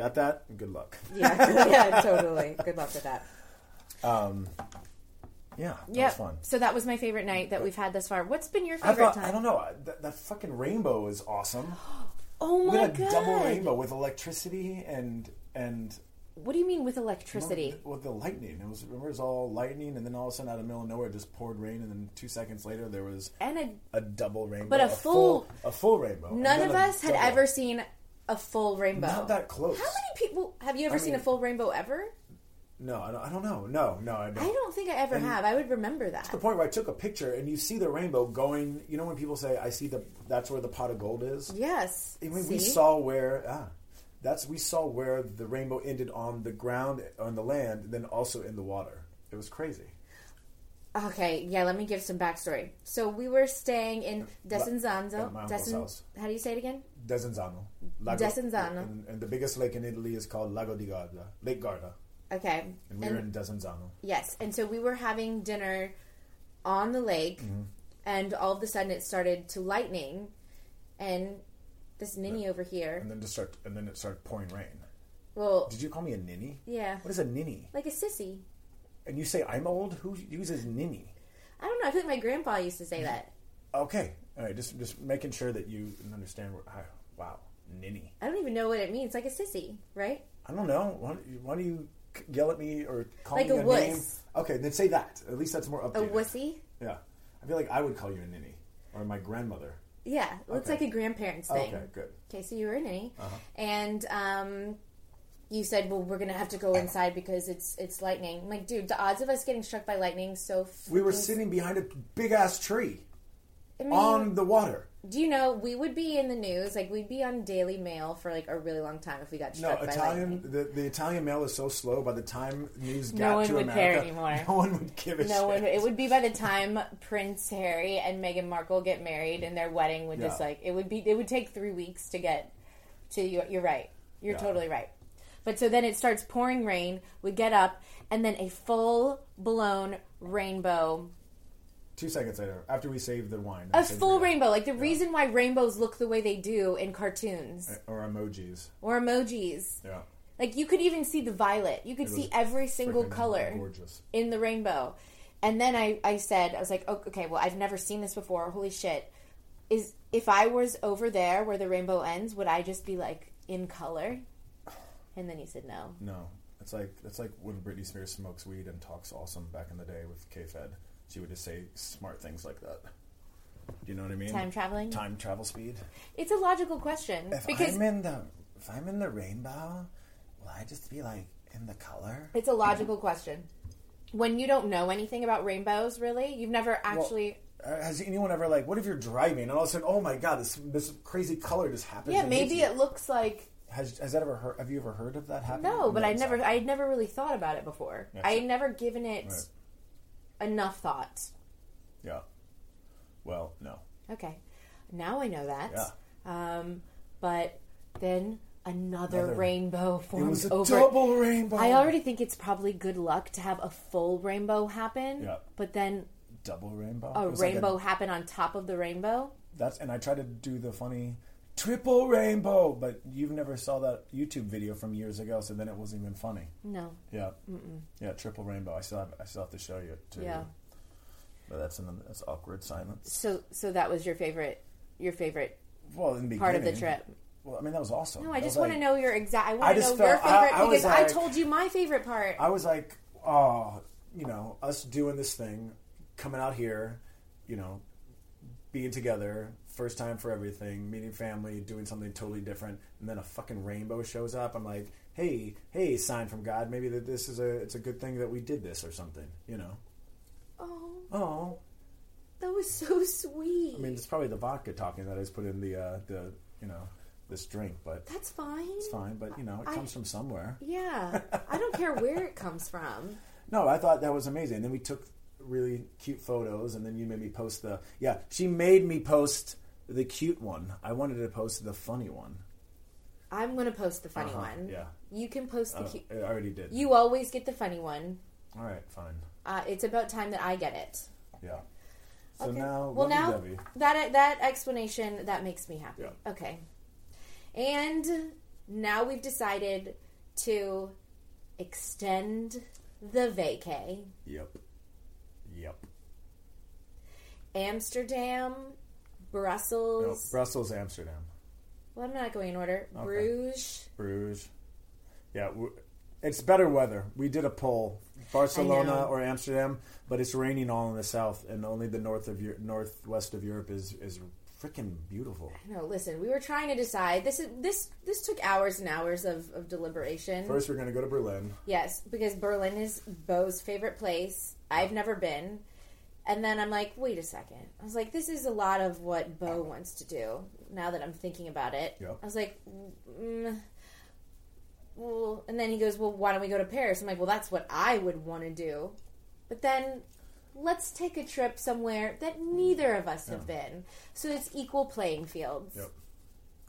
[SPEAKER 3] Got that? Good luck.
[SPEAKER 2] yeah, yeah, totally. Good luck with that.
[SPEAKER 3] Yeah, that
[SPEAKER 2] Yeah.
[SPEAKER 3] was fun.
[SPEAKER 2] So that was my favorite night that we've had thus far. What's been your
[SPEAKER 3] I
[SPEAKER 2] favorite
[SPEAKER 3] thought
[SPEAKER 2] time?
[SPEAKER 3] I don't know I- that, that fucking rainbow is awesome.
[SPEAKER 2] Oh
[SPEAKER 3] We
[SPEAKER 2] my
[SPEAKER 3] had a
[SPEAKER 2] god!
[SPEAKER 3] double rainbow with electricity and and
[SPEAKER 2] What do you mean with electricity?
[SPEAKER 3] Well, the lightning. It was remember it was all lightning, and then all of a sudden, out of the middle of nowhere, it just poured rain, and then two seconds later, there was
[SPEAKER 2] And a,
[SPEAKER 3] a double rainbow,
[SPEAKER 2] But a full-
[SPEAKER 3] a full rainbow. and
[SPEAKER 2] none
[SPEAKER 3] then
[SPEAKER 2] of
[SPEAKER 3] a
[SPEAKER 2] us had
[SPEAKER 3] double.
[SPEAKER 2] ever seen a full rainbow.
[SPEAKER 3] Not that close.
[SPEAKER 2] How many people have you ever seen a
[SPEAKER 3] mean-
[SPEAKER 2] full rainbow ever?
[SPEAKER 3] No, I don't, I don't know. No, no, I don't.
[SPEAKER 2] I don't think I ever have. I would remember that.
[SPEAKER 3] the point where I took a picture, and you see the rainbow going. You know when people say, "I see the that's where the pot of gold is."
[SPEAKER 2] Yes.
[SPEAKER 3] I mean,
[SPEAKER 2] See?
[SPEAKER 3] we saw where ah, that's we saw where the rainbow ended on the ground, on the land, and then also in the water. It was crazy.
[SPEAKER 2] Okay, yeah, let me give some backstory. So we were staying in
[SPEAKER 3] at my
[SPEAKER 2] Desenzano.
[SPEAKER 3] uncle's house.
[SPEAKER 2] How do you say it again?
[SPEAKER 3] Desenzano.
[SPEAKER 2] Desenzano.
[SPEAKER 3] And, and the biggest lake in Italy is called Lago di Garda, Lake Garda.
[SPEAKER 2] Okay.
[SPEAKER 3] And we were in Desenzano.
[SPEAKER 2] Yes, and so we were having dinner
[SPEAKER 3] Mm-hmm.
[SPEAKER 2] on the lake, and all of a sudden it started to lightning, and this ninny over here.
[SPEAKER 3] and then just start and then it started pouring rain.
[SPEAKER 2] Well,
[SPEAKER 3] Did you call me a ninny?
[SPEAKER 2] Yeah.
[SPEAKER 3] What is a ninny?
[SPEAKER 2] like a sissy.
[SPEAKER 3] And you say I'm old? Who uses ninny?
[SPEAKER 2] I don't know. I feel like my grandpa used to say
[SPEAKER 3] Mm-hmm.
[SPEAKER 2] that.
[SPEAKER 3] Okay. All right. Just just making sure that you understand. What, I, wow, ninny.
[SPEAKER 2] I don't even know what it means. Like a sissy, right?
[SPEAKER 3] I don't know. Why, don't you- why do you c- yell at me or call
[SPEAKER 2] Like
[SPEAKER 3] me
[SPEAKER 2] a
[SPEAKER 3] a,
[SPEAKER 2] wuss.
[SPEAKER 3] name? Okay, then say that. At least that's more
[SPEAKER 2] A
[SPEAKER 3] updated.
[SPEAKER 2] wussy.
[SPEAKER 3] Yeah. I feel like I would call you a ninny or my grandmother.
[SPEAKER 2] Yeah, looks
[SPEAKER 3] Okay.
[SPEAKER 2] like a grandparents thing.
[SPEAKER 3] Okay, good. Uh-huh.
[SPEAKER 2] Okay, so you were a ninny, and um, you said, "Well, we're gonna have to go inside because it's it's lightning." I'm like, dude, the odds of us getting struck by lightning so
[SPEAKER 3] We were
[SPEAKER 2] freaking-
[SPEAKER 3] sitting behind a big ass tree
[SPEAKER 2] I mean,
[SPEAKER 3] on the water.
[SPEAKER 2] do you know we would be in the news? Like, we'd be on Daily Mail for like a really long time if we got
[SPEAKER 3] No,
[SPEAKER 2] struck by
[SPEAKER 3] Italian.
[SPEAKER 2] lightning.
[SPEAKER 3] The, the Italian mail is so slow. By the time news
[SPEAKER 2] No
[SPEAKER 3] got
[SPEAKER 2] one
[SPEAKER 3] to
[SPEAKER 2] would
[SPEAKER 3] America,
[SPEAKER 2] care anymore.
[SPEAKER 3] no one would give a
[SPEAKER 2] No,
[SPEAKER 3] shit.
[SPEAKER 2] it, it would be by the time Prince Harry and Meghan Markle get married, and their wedding would just
[SPEAKER 3] Yeah.
[SPEAKER 2] like it would be. It would take three weeks to get to you. You're right. You're
[SPEAKER 3] Yeah.
[SPEAKER 2] totally right. But so then it starts pouring rain. We get up, and then a full blown rainbow,
[SPEAKER 3] Two seconds later, after we save the wine,
[SPEAKER 2] a
[SPEAKER 3] we save
[SPEAKER 2] full
[SPEAKER 3] the-
[SPEAKER 2] rainbow. Like the reason why rainbows look the way they do in cartoons
[SPEAKER 3] or emojis.
[SPEAKER 2] or emojis.
[SPEAKER 3] Yeah,
[SPEAKER 2] Like you could even see the violet. You could see
[SPEAKER 3] was
[SPEAKER 2] every single
[SPEAKER 3] freaking
[SPEAKER 2] color
[SPEAKER 3] gorgeous.
[SPEAKER 2] in the rainbow. And then I, I said, I was like, oh, okay, well, I've never seen this before. Holy shit. Is if I was over there where the rainbow ends, would I just be like in color? And then you said no.
[SPEAKER 3] No, it's like it's like when Britney Spears smokes weed and talks awesome back in the day with K Fed. She would just say smart things like that. Do you know what I mean?
[SPEAKER 2] Time traveling?
[SPEAKER 3] Time travel speed.
[SPEAKER 2] It's a logical question
[SPEAKER 3] If
[SPEAKER 2] because
[SPEAKER 3] I'm in the if I'm in the rainbow, will I just be like in the color?
[SPEAKER 2] it's a logical question. When you don't know anything about rainbows, really, you've never actually.
[SPEAKER 3] Uh, Has anyone ever like what if you're driving and all of a sudden oh my god this this crazy color just happens?
[SPEAKER 2] yeah,
[SPEAKER 3] and hits
[SPEAKER 2] maybe
[SPEAKER 3] you?
[SPEAKER 2] it looks like
[SPEAKER 3] has has that ever heard, have you ever heard of that happening?
[SPEAKER 2] No, but I
[SPEAKER 3] it's
[SPEAKER 2] never,
[SPEAKER 3] not.
[SPEAKER 2] I had never really thought about it before. I had never given it enough thought.
[SPEAKER 3] yeah. Well, no.
[SPEAKER 2] Okay, now I know that.
[SPEAKER 3] Yeah.
[SPEAKER 2] Um, but then another,
[SPEAKER 3] Another-
[SPEAKER 2] rainbow forms
[SPEAKER 3] It was a
[SPEAKER 2] over.
[SPEAKER 3] double rainbow.
[SPEAKER 2] I already think it's probably good luck to have a full rainbow happen.
[SPEAKER 3] Yeah.
[SPEAKER 2] But then
[SPEAKER 3] double rainbow.
[SPEAKER 2] a
[SPEAKER 3] It was like
[SPEAKER 2] rainbow happen on top of the rainbow.
[SPEAKER 3] That's and I tried to do the funny triple rainbow, but you've never saw that YouTube video from years ago, so then it wasn't even funny.
[SPEAKER 2] No.
[SPEAKER 3] Yeah, Mm-mm. yeah, triple rainbow. I still have, I still have to show you it too.
[SPEAKER 2] Yeah.
[SPEAKER 3] But that's an that's awkward silence.
[SPEAKER 2] So so that was your favorite. Your favorite
[SPEAKER 3] Well, in the beginning,
[SPEAKER 2] part of the trip.
[SPEAKER 3] Well, I mean that was awesome.
[SPEAKER 2] No, I
[SPEAKER 3] That
[SPEAKER 2] just
[SPEAKER 3] was
[SPEAKER 2] want to
[SPEAKER 3] like-
[SPEAKER 2] know your exact. I
[SPEAKER 3] I
[SPEAKER 2] want to
[SPEAKER 3] just
[SPEAKER 2] know your
[SPEAKER 3] felt- I-
[SPEAKER 2] favorite
[SPEAKER 3] I was
[SPEAKER 2] because I
[SPEAKER 3] like-
[SPEAKER 2] told you my favorite part.
[SPEAKER 3] I was like, oh, you know, us doing this thing, coming out here, you know, being together, first time for everything, meeting family, doing something totally different, and then a fucking rainbow shows up. I'm like, hey, hey, sign from God, maybe that this is a it's a good thing that we did this or something, you know.
[SPEAKER 2] oh,
[SPEAKER 3] Oh,
[SPEAKER 2] that was so sweet.
[SPEAKER 3] I mean, it's probably the vodka talking that I just put in the uh, the you know this drink, but
[SPEAKER 2] That's fine.
[SPEAKER 3] it's fine. But you know, it
[SPEAKER 2] I-
[SPEAKER 3] comes from somewhere.
[SPEAKER 2] Yeah. I don't care where it comes from.
[SPEAKER 3] No, I thought that was amazing. Then we took really cute photos, and then you made me post the. Yeah, she made me post the cute one. I wanted to post the funny one.
[SPEAKER 2] I'm going to post the funny one.
[SPEAKER 3] Uh-huh. yeah.
[SPEAKER 2] You can post the
[SPEAKER 3] Oh,
[SPEAKER 2] cute.
[SPEAKER 3] I already did.
[SPEAKER 2] You always get the funny one.
[SPEAKER 3] All right, fine.
[SPEAKER 2] Uh, it's about time that I get it.
[SPEAKER 3] Yeah. So now,
[SPEAKER 2] well, now
[SPEAKER 3] lovey-dovey.
[SPEAKER 2] that that explanation that makes me happy.
[SPEAKER 3] Yeah.
[SPEAKER 2] Okay. And now we've decided to extend the vacay.
[SPEAKER 3] Yep. Yep.
[SPEAKER 2] Amsterdam,
[SPEAKER 3] No,
[SPEAKER 2] Brussels.
[SPEAKER 3] Brussels, Amsterdam,
[SPEAKER 2] Well, I'm not going in order. Bruges.
[SPEAKER 3] Bruges. Yeah, we it's better weather. We did a poll,
[SPEAKER 2] I
[SPEAKER 3] Barcelona
[SPEAKER 2] know.
[SPEAKER 3] or Amsterdam, but it's raining all in the south, and only the north of Eu- northwest of Europe is is freaking beautiful.
[SPEAKER 2] No, listen, we were trying to decide. This is this this took hours and hours of, of deliberation.
[SPEAKER 3] First, we're gonna go to Berlin.
[SPEAKER 2] Yes, because Berlin is Bo's favorite place. I've never been. And then I'm like, wait a second. I was like, this is a lot of what Bo wants to do now that I'm thinking about it.
[SPEAKER 3] Yep.
[SPEAKER 2] I was like, mm, well, and then he goes, well, why don't we go to Paris? I'm like, well, that's what I would want to do. But then let's take a trip somewhere that neither of us have been. So it's equal playing fields.
[SPEAKER 3] Yep.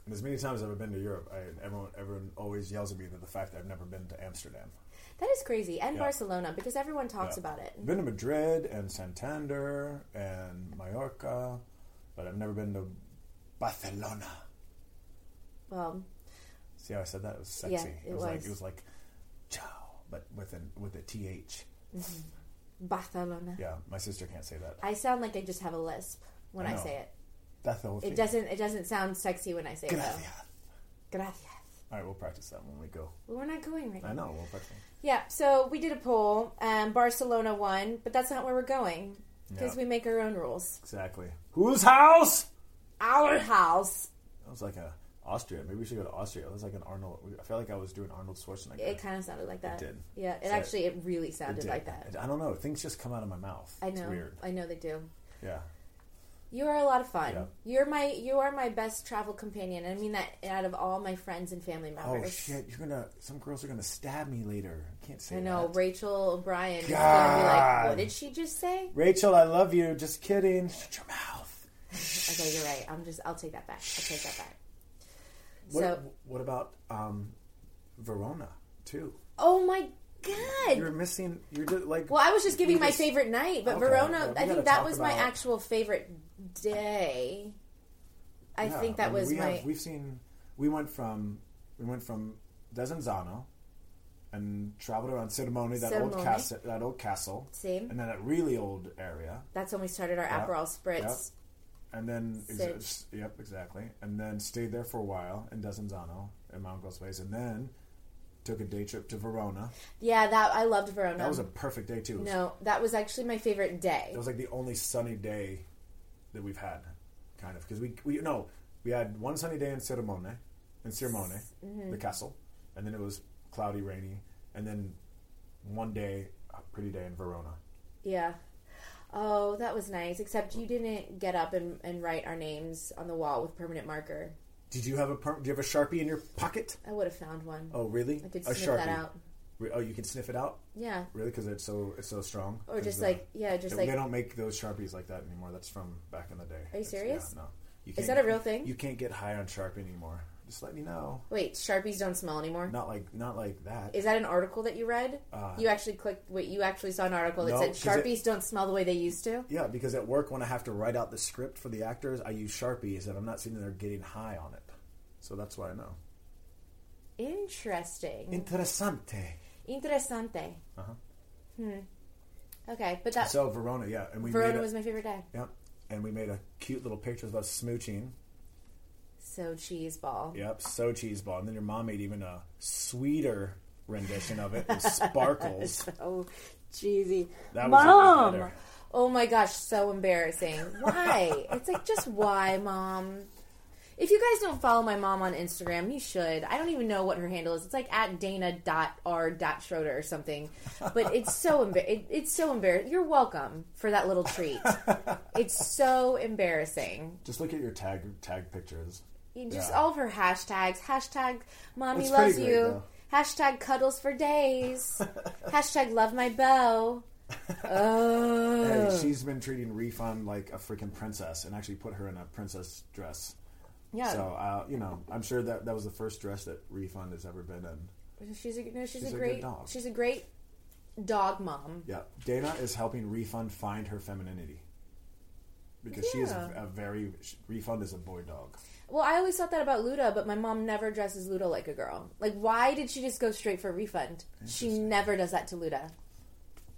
[SPEAKER 3] And as many times as I've been to Europe, I, everyone everyone always yells at me that the fact that I've never been to Amsterdam.
[SPEAKER 2] That is crazy. And Barcelona, because everyone talks about it.
[SPEAKER 3] I've been to Madrid and Santander and Mallorca, but I've never been to Barcelona.
[SPEAKER 2] Well,
[SPEAKER 3] See how I said that? It was sexy.
[SPEAKER 2] Yeah, it
[SPEAKER 3] was, like
[SPEAKER 2] was.
[SPEAKER 3] it was like ciao, but with an with a th.
[SPEAKER 2] Barcelona.
[SPEAKER 3] Yeah, my sister can't say that.
[SPEAKER 2] I sound like I just have a lisp when
[SPEAKER 3] I
[SPEAKER 2] I,
[SPEAKER 3] know.
[SPEAKER 2] say it.
[SPEAKER 3] That's the whole thing.
[SPEAKER 2] It doesn't. It doesn't sound sexy when I say it.
[SPEAKER 3] Yeah.
[SPEAKER 2] Though. Gracias.
[SPEAKER 3] All right, we'll practice that when we go.
[SPEAKER 2] But we're not going right
[SPEAKER 3] I
[SPEAKER 2] now.
[SPEAKER 3] know we'll practice.
[SPEAKER 2] Yeah. So we did a poll. Um, Barcelona won, but that's not where we're going because
[SPEAKER 3] Yeah.
[SPEAKER 2] we make our own rules.
[SPEAKER 3] Exactly. Whose house?
[SPEAKER 2] Our house.
[SPEAKER 3] That was like a Austria. Maybe we should go to Austria. That was like an Arnold. I felt like I was doing Arnold Schwarzenegger.
[SPEAKER 2] It kind of sounded like that.
[SPEAKER 3] did.
[SPEAKER 2] Yeah. It
[SPEAKER 3] So-
[SPEAKER 2] actually. It really
[SPEAKER 3] It
[SPEAKER 2] sounded
[SPEAKER 3] did.
[SPEAKER 2] like that.
[SPEAKER 3] I don't know. Things just come out of my mouth.
[SPEAKER 2] I
[SPEAKER 3] It's
[SPEAKER 2] know.
[SPEAKER 3] weird.
[SPEAKER 2] I know they do.
[SPEAKER 3] Yeah.
[SPEAKER 2] You are a lot of fun.
[SPEAKER 3] Yeah.
[SPEAKER 2] You're my you are my best travel companion. I mean that out of all my friends and family
[SPEAKER 3] Oh
[SPEAKER 2] members.
[SPEAKER 3] shit! You're gonna. Some girls are gonna stab me later. I can't say.
[SPEAKER 2] I know
[SPEAKER 3] that.
[SPEAKER 2] Rachel O'Brien is gonna be like,
[SPEAKER 3] God.
[SPEAKER 2] "What did she just say?"
[SPEAKER 3] Rachel, I love you. Just kidding. Shut your mouth.
[SPEAKER 2] Okay, you're right. I'm just I'll take that back. I'll take that back.
[SPEAKER 3] What,
[SPEAKER 2] So-
[SPEAKER 3] what about um, Verona too?
[SPEAKER 2] Oh my god!
[SPEAKER 3] You're missing. You're just, like.
[SPEAKER 2] well, I was just giving
[SPEAKER 3] we
[SPEAKER 2] my
[SPEAKER 3] just-
[SPEAKER 2] favorite night, but
[SPEAKER 3] Okay, well,
[SPEAKER 2] Verona.
[SPEAKER 3] we
[SPEAKER 2] I
[SPEAKER 3] gotta
[SPEAKER 2] think that
[SPEAKER 3] talk
[SPEAKER 2] was my
[SPEAKER 3] about-
[SPEAKER 2] actual favorite day. I
[SPEAKER 3] Yeah,
[SPEAKER 2] think that
[SPEAKER 3] mean,
[SPEAKER 2] was
[SPEAKER 3] we
[SPEAKER 2] my.
[SPEAKER 3] Have, we've seen. We went from. We went from Desenzano, and traveled around Ceremony, that old
[SPEAKER 2] Ceremony.
[SPEAKER 3] castle, that old castle,
[SPEAKER 2] Same.
[SPEAKER 3] and then that really old area,
[SPEAKER 2] that's when we started our Aperol spritz.
[SPEAKER 3] and then ex-
[SPEAKER 2] Sit.
[SPEAKER 3] s- yep, exactly, and then stayed there for a while in Desenzano in Mount Gold's and then took a day trip to Verona.
[SPEAKER 2] Yeah, that I loved Verona.
[SPEAKER 3] That was a perfect day too. It was-
[SPEAKER 2] no, that was actually my favorite day.
[SPEAKER 3] It was like the only sunny day that we've had, kind of, because we we no, we had one sunny day in Ceremone, in Ceremone,
[SPEAKER 2] mm-hmm.
[SPEAKER 3] the castle, and then it was cloudy, rainy, and then one day, a pretty day in Verona.
[SPEAKER 2] Yeah. Oh, that was nice. Except you didn't get up and, and write our names on the wall with permanent marker.
[SPEAKER 3] Did you have a per- do you have a sharpie in your pocket?
[SPEAKER 2] I would have found one.
[SPEAKER 3] Oh, really?
[SPEAKER 2] I could
[SPEAKER 3] a
[SPEAKER 2] sniff that out.
[SPEAKER 3] Re- Oh, you can sniff it out,
[SPEAKER 2] Yeah.
[SPEAKER 3] really, because it's so it's so strong. uh,
[SPEAKER 2] Or just like yeah, just
[SPEAKER 3] they
[SPEAKER 2] like
[SPEAKER 3] don't make those sharpies like that anymore. That's from back in the day.
[SPEAKER 2] Are you
[SPEAKER 3] It's- yeah,
[SPEAKER 2] serious?
[SPEAKER 3] no. You
[SPEAKER 2] Is
[SPEAKER 3] can't-
[SPEAKER 2] that a real thing?
[SPEAKER 3] You can't get high on sharpie anymore. Just let me know.
[SPEAKER 2] wait, Sharpies don't smell anymore.
[SPEAKER 3] Not like not like that.
[SPEAKER 2] Is that an article that you read? you actually clicked wait, you actually saw an article that
[SPEAKER 3] Uh. No,
[SPEAKER 2] said
[SPEAKER 3] 'cause it-
[SPEAKER 2] Sharpies don't smell the way they used to?
[SPEAKER 3] yeah, because at work when I have to write out the script for the actors, I use sharpies, and I'm not sitting there getting high on it. So that's why I know.
[SPEAKER 2] Interesting.
[SPEAKER 3] Interessante.
[SPEAKER 2] Interessante. Uh-huh. Hmm. Okay, but that
[SPEAKER 3] So Verona, yeah, and we made
[SPEAKER 2] Verona
[SPEAKER 3] a,
[SPEAKER 2] was my favorite day.
[SPEAKER 3] yeah, and we made a cute little picture of us smooching.
[SPEAKER 2] So cheese ball.
[SPEAKER 3] Yep, so cheese ball, and then your mom made even a sweeter rendition of it with sparkles.
[SPEAKER 2] Oh, cheesy.
[SPEAKER 3] That was even better.
[SPEAKER 2] Oh my gosh, so embarrassing. Why? it's like, just why, mom? If you guys don't follow my mom on Instagram, you should. I don't even know what her handle is. It's like at dana.r.schroeder or something. But it's so embar- it, it's so embarrassing. You're welcome for that little treat. it's so embarrassing.
[SPEAKER 3] Just look at your tag tag pictures.
[SPEAKER 2] You- Just
[SPEAKER 3] Yeah.
[SPEAKER 2] all of her hashtags. Hashtag mommy
[SPEAKER 3] It's
[SPEAKER 2] loves
[SPEAKER 3] pretty great,
[SPEAKER 2] you.
[SPEAKER 3] though.
[SPEAKER 2] Hashtag cuddles for days. Hashtag love my bow. Oh.
[SPEAKER 3] Hey, she's been treating Refund like a freaking princess, and actually put her in a princess dress.
[SPEAKER 2] Yeah.
[SPEAKER 3] So uh, you know, I'm sure that that was the first dress that Refund has ever been in.
[SPEAKER 2] She's a no, she's,
[SPEAKER 3] She's a
[SPEAKER 2] a
[SPEAKER 3] good
[SPEAKER 2] great
[SPEAKER 3] dog.
[SPEAKER 2] she's a great dog mom.
[SPEAKER 3] Yeah, Dana is helping Refund find her femininity because she is
[SPEAKER 2] Yeah.
[SPEAKER 3] a very she- Refund is a boy dog.
[SPEAKER 2] Well, I always thought that about Luda, but my mom never dresses Luda like a girl. Like, why did she just go straight for a refund? She never does that to Luda.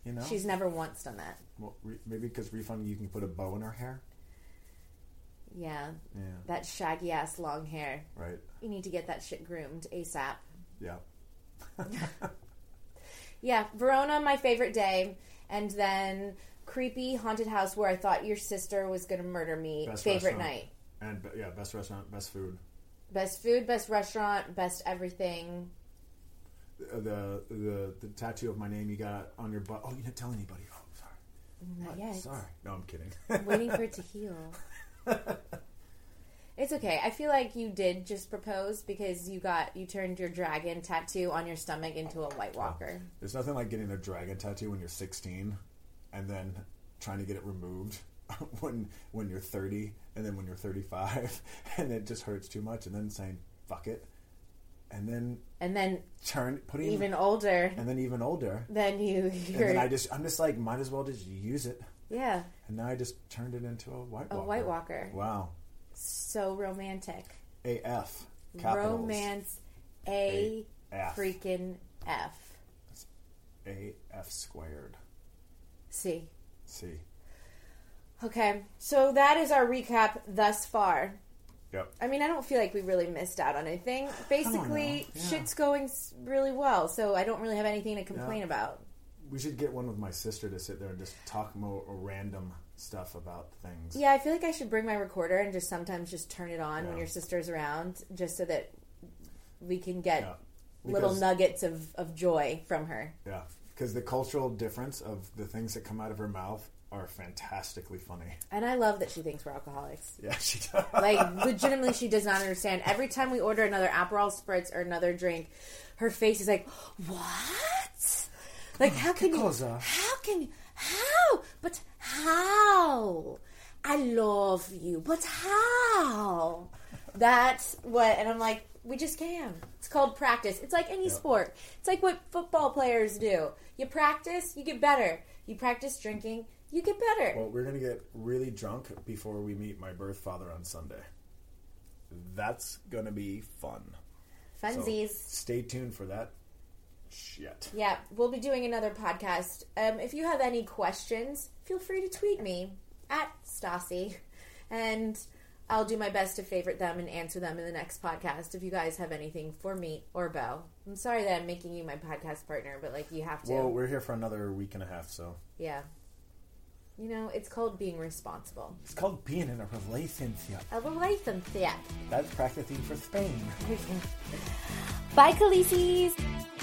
[SPEAKER 3] You know,
[SPEAKER 2] She's never once done that.
[SPEAKER 3] well, re- maybe because Refund you can put a bow in her hair,
[SPEAKER 2] Yeah,
[SPEAKER 3] Yeah.
[SPEAKER 2] that shaggy ass long hair.
[SPEAKER 3] right?
[SPEAKER 2] You need to get that shit groomed asap.
[SPEAKER 3] Yeah,
[SPEAKER 2] Yeah, Verona, my favorite day, and then creepy haunted house where I thought your sister was gonna murder me.
[SPEAKER 3] Best
[SPEAKER 2] favorite
[SPEAKER 3] restaurant.
[SPEAKER 2] night.
[SPEAKER 3] and be- yeah, best restaurant, best food.
[SPEAKER 2] Best food, best restaurant, best everything.
[SPEAKER 3] Uh, The the the tattoo of my name you got on your butt. Oh, you didn't tell anybody. Oh, sorry.
[SPEAKER 2] Not yet.
[SPEAKER 3] Sorry. No, I'm kidding.
[SPEAKER 2] waiting for it to heal. it's okay. I feel like you did just propose because you got you turned your dragon tattoo on your stomach into a White Walker.
[SPEAKER 3] There's nothing like getting a dragon tattoo when you're 16, and then trying to get it removed when when you're 30, and then when you're 35, and it just hurts too much, and then saying fuck it, and then
[SPEAKER 2] And then
[SPEAKER 3] turn putting
[SPEAKER 2] even older,
[SPEAKER 3] and then even older,
[SPEAKER 2] then you
[SPEAKER 3] and then I
[SPEAKER 2] you're
[SPEAKER 3] just I'm just like might as well just use it,
[SPEAKER 2] yeah,
[SPEAKER 3] and now I just turned it into a white
[SPEAKER 2] a
[SPEAKER 3] walker.
[SPEAKER 2] White Walker.
[SPEAKER 3] Wow,
[SPEAKER 2] So romantic.
[SPEAKER 3] AF. Capitals.
[SPEAKER 2] Romance A,
[SPEAKER 3] A F.
[SPEAKER 2] freaking F.
[SPEAKER 3] AF squared.
[SPEAKER 2] C.
[SPEAKER 3] See.
[SPEAKER 2] Okay, so that is our recap thus far.
[SPEAKER 3] Yep.
[SPEAKER 2] I mean, I don't feel like we really missed out on anything. Basically,
[SPEAKER 3] know. Yeah.
[SPEAKER 2] shit's going s- really well, so I don't really have anything to complain
[SPEAKER 3] Yeah.
[SPEAKER 2] about.
[SPEAKER 3] We should get one with my sister to sit there and just talk more random stuff about things.
[SPEAKER 2] Yeah, I feel like I should bring my recorder and just sometimes just turn it on when your sister's around, just so that we can get
[SPEAKER 3] Yeah.
[SPEAKER 2] little
[SPEAKER 3] Because-
[SPEAKER 2] nuggets of, of joy from her.
[SPEAKER 3] Yeah, because the cultural difference of the things that come out of her mouth are fantastically funny.
[SPEAKER 2] And I love that she thinks we're alcoholics.
[SPEAKER 3] Yeah, she does.
[SPEAKER 2] Like, legitimately, she does not understand. Every time we order another Aperol Spritz or another drink, her face is like, "What? Like, how can you?
[SPEAKER 3] closer.
[SPEAKER 2] How can you? How? But how? I love you, but how? That's what. And I'm like, we just can. It's called practice. It's like any sport. It's like what football players do. You practice, you get better. You practice drinking, you get better.
[SPEAKER 3] Well, we're gonna get really drunk before we meet my birth father on Sunday. That's gonna be fun. So
[SPEAKER 2] Funsies.
[SPEAKER 3] stay tuned for that. Shit.
[SPEAKER 2] Yeah, we'll be doing another podcast. Um, if you have any questions, feel free to tweet me at Stassi, and I'll do my best to favorite them and answer them in the next podcast. If you guys have anything for me or Bo, I'm sorry that I'm making you my podcast partner, but like you have to.
[SPEAKER 3] Well, we're here for another week and a half, so
[SPEAKER 2] yeah, you know it's called being responsible.
[SPEAKER 3] it's called being in a relationship.
[SPEAKER 2] I will like them thick.
[SPEAKER 3] That's practicing for Spain.
[SPEAKER 2] Bye, Khaleesi's.